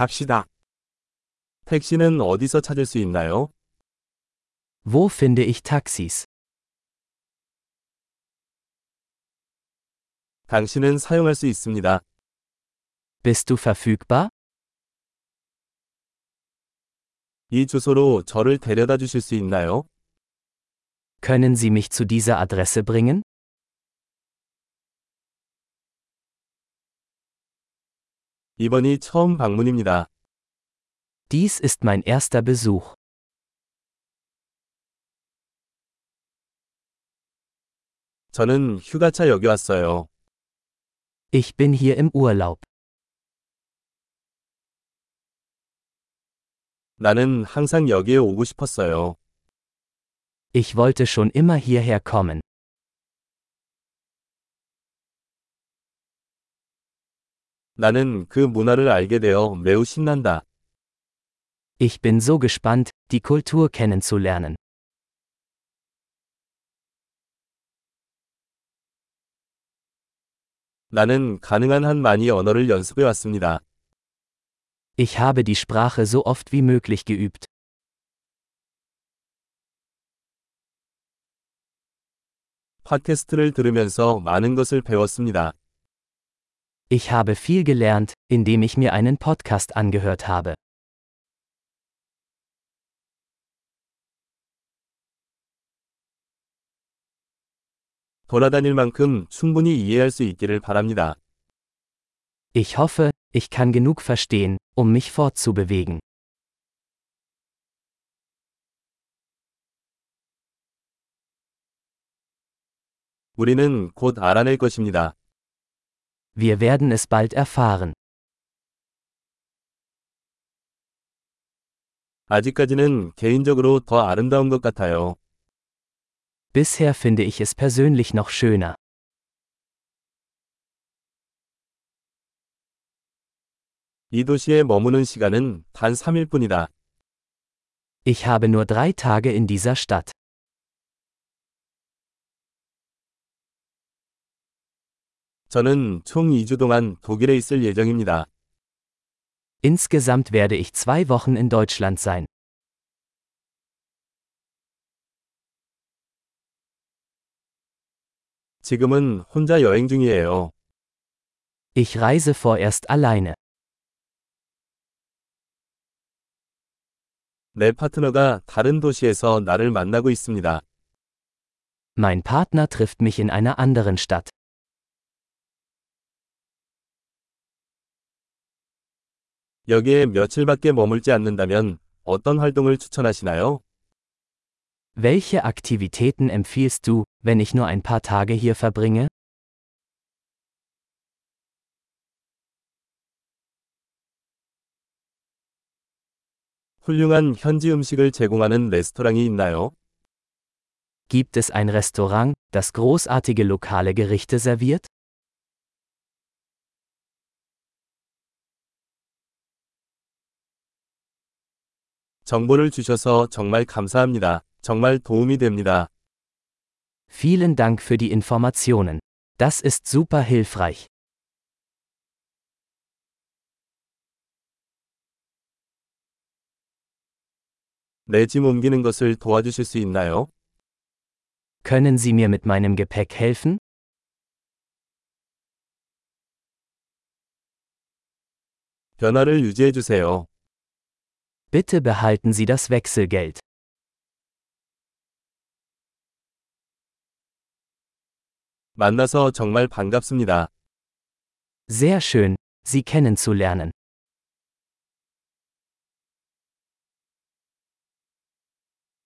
갑시다. 택시는 어디서 찾을 수 있나요? Wo finde ich Taxis? 당신은 사용할 수 있습니다. Bist du verfügbar? 이 주소로 저를 데려다 주실 수 있나요? Können Sie mich zu dieser Adresse bringen? 이번이 처음 방문입니다. Dies ist mein erster Besuch. 저는 휴가차 여기 왔어요. Ich bin hier im Urlaub. 나는 항상 여기에 오고 싶었어요. Ich wollte schon immer hierher kommen. 나는 그 문화를 알게 되어 매우 신난다. Ich bin so gespannt, die Kultur kennenzulernen. 나는 가능한 한 많이 언어를 연습해 왔습니다. Ich habe die Sprache so oft wie möglich geübt. 팟캐스트를 들으면서 많은 것을 배웠습니다. Ich habe viel gelernt, indem ich mir einen Podcast angehört habe. 돌아다닐 만큼 충분히 이해할 수 있기를 바랍니다. Ich hoffe, ich kann genug verstehen, um mich fortzubewegen. 우리는 곧 알아낼 것입니다. Wir werden es bald erfahren. 아직까지는 개인적으로 더 아름다운 것 같아요. Bisher finde ich es persönlich noch schöner. 이 도시에 머무는 시간은 단 3일 뿐이다. Ich habe nur drei Tage in dieser Stadt. 저는 총 2주 동안 독일에 있을 예정입니다. Insgesamt werde ich zwei Wochen in Deutschland sein. 지금은 혼자 여행 중이에요. Ich reise vorerst alleine. 내 파트너가 다른 도시에서 나를 만나고 있습니다. Mein Partner trifft mich in einer anderen Stadt. 여기에 며칠밖에 머물지 않는다면 어떤 활동을 추천하시나요? Welche Aktivitäten empfiehlst du, wenn ich nur ein paar Tage hier verbringe? 훌륭한 현지 음식을 제공하는 레스토랑이 있나요? Gibt es ein Restaurant, das großartige lokale Gerichte serviert? 정보를 주셔서 정말 감사합니다. 정말 도움이 됩니다. Vielen Dank für die Informationen. Das ist super hilfreich. 내 짐 옮기는 것을 도와주실 수 있나요? Können Sie mir mit meinem Gepäck helfen? 변화를 유지해 주세요. Bitte behalten Sie das Wechselgeld. 만나서 정말 반갑습니다. Sehr schön, Sie kennenzulernen.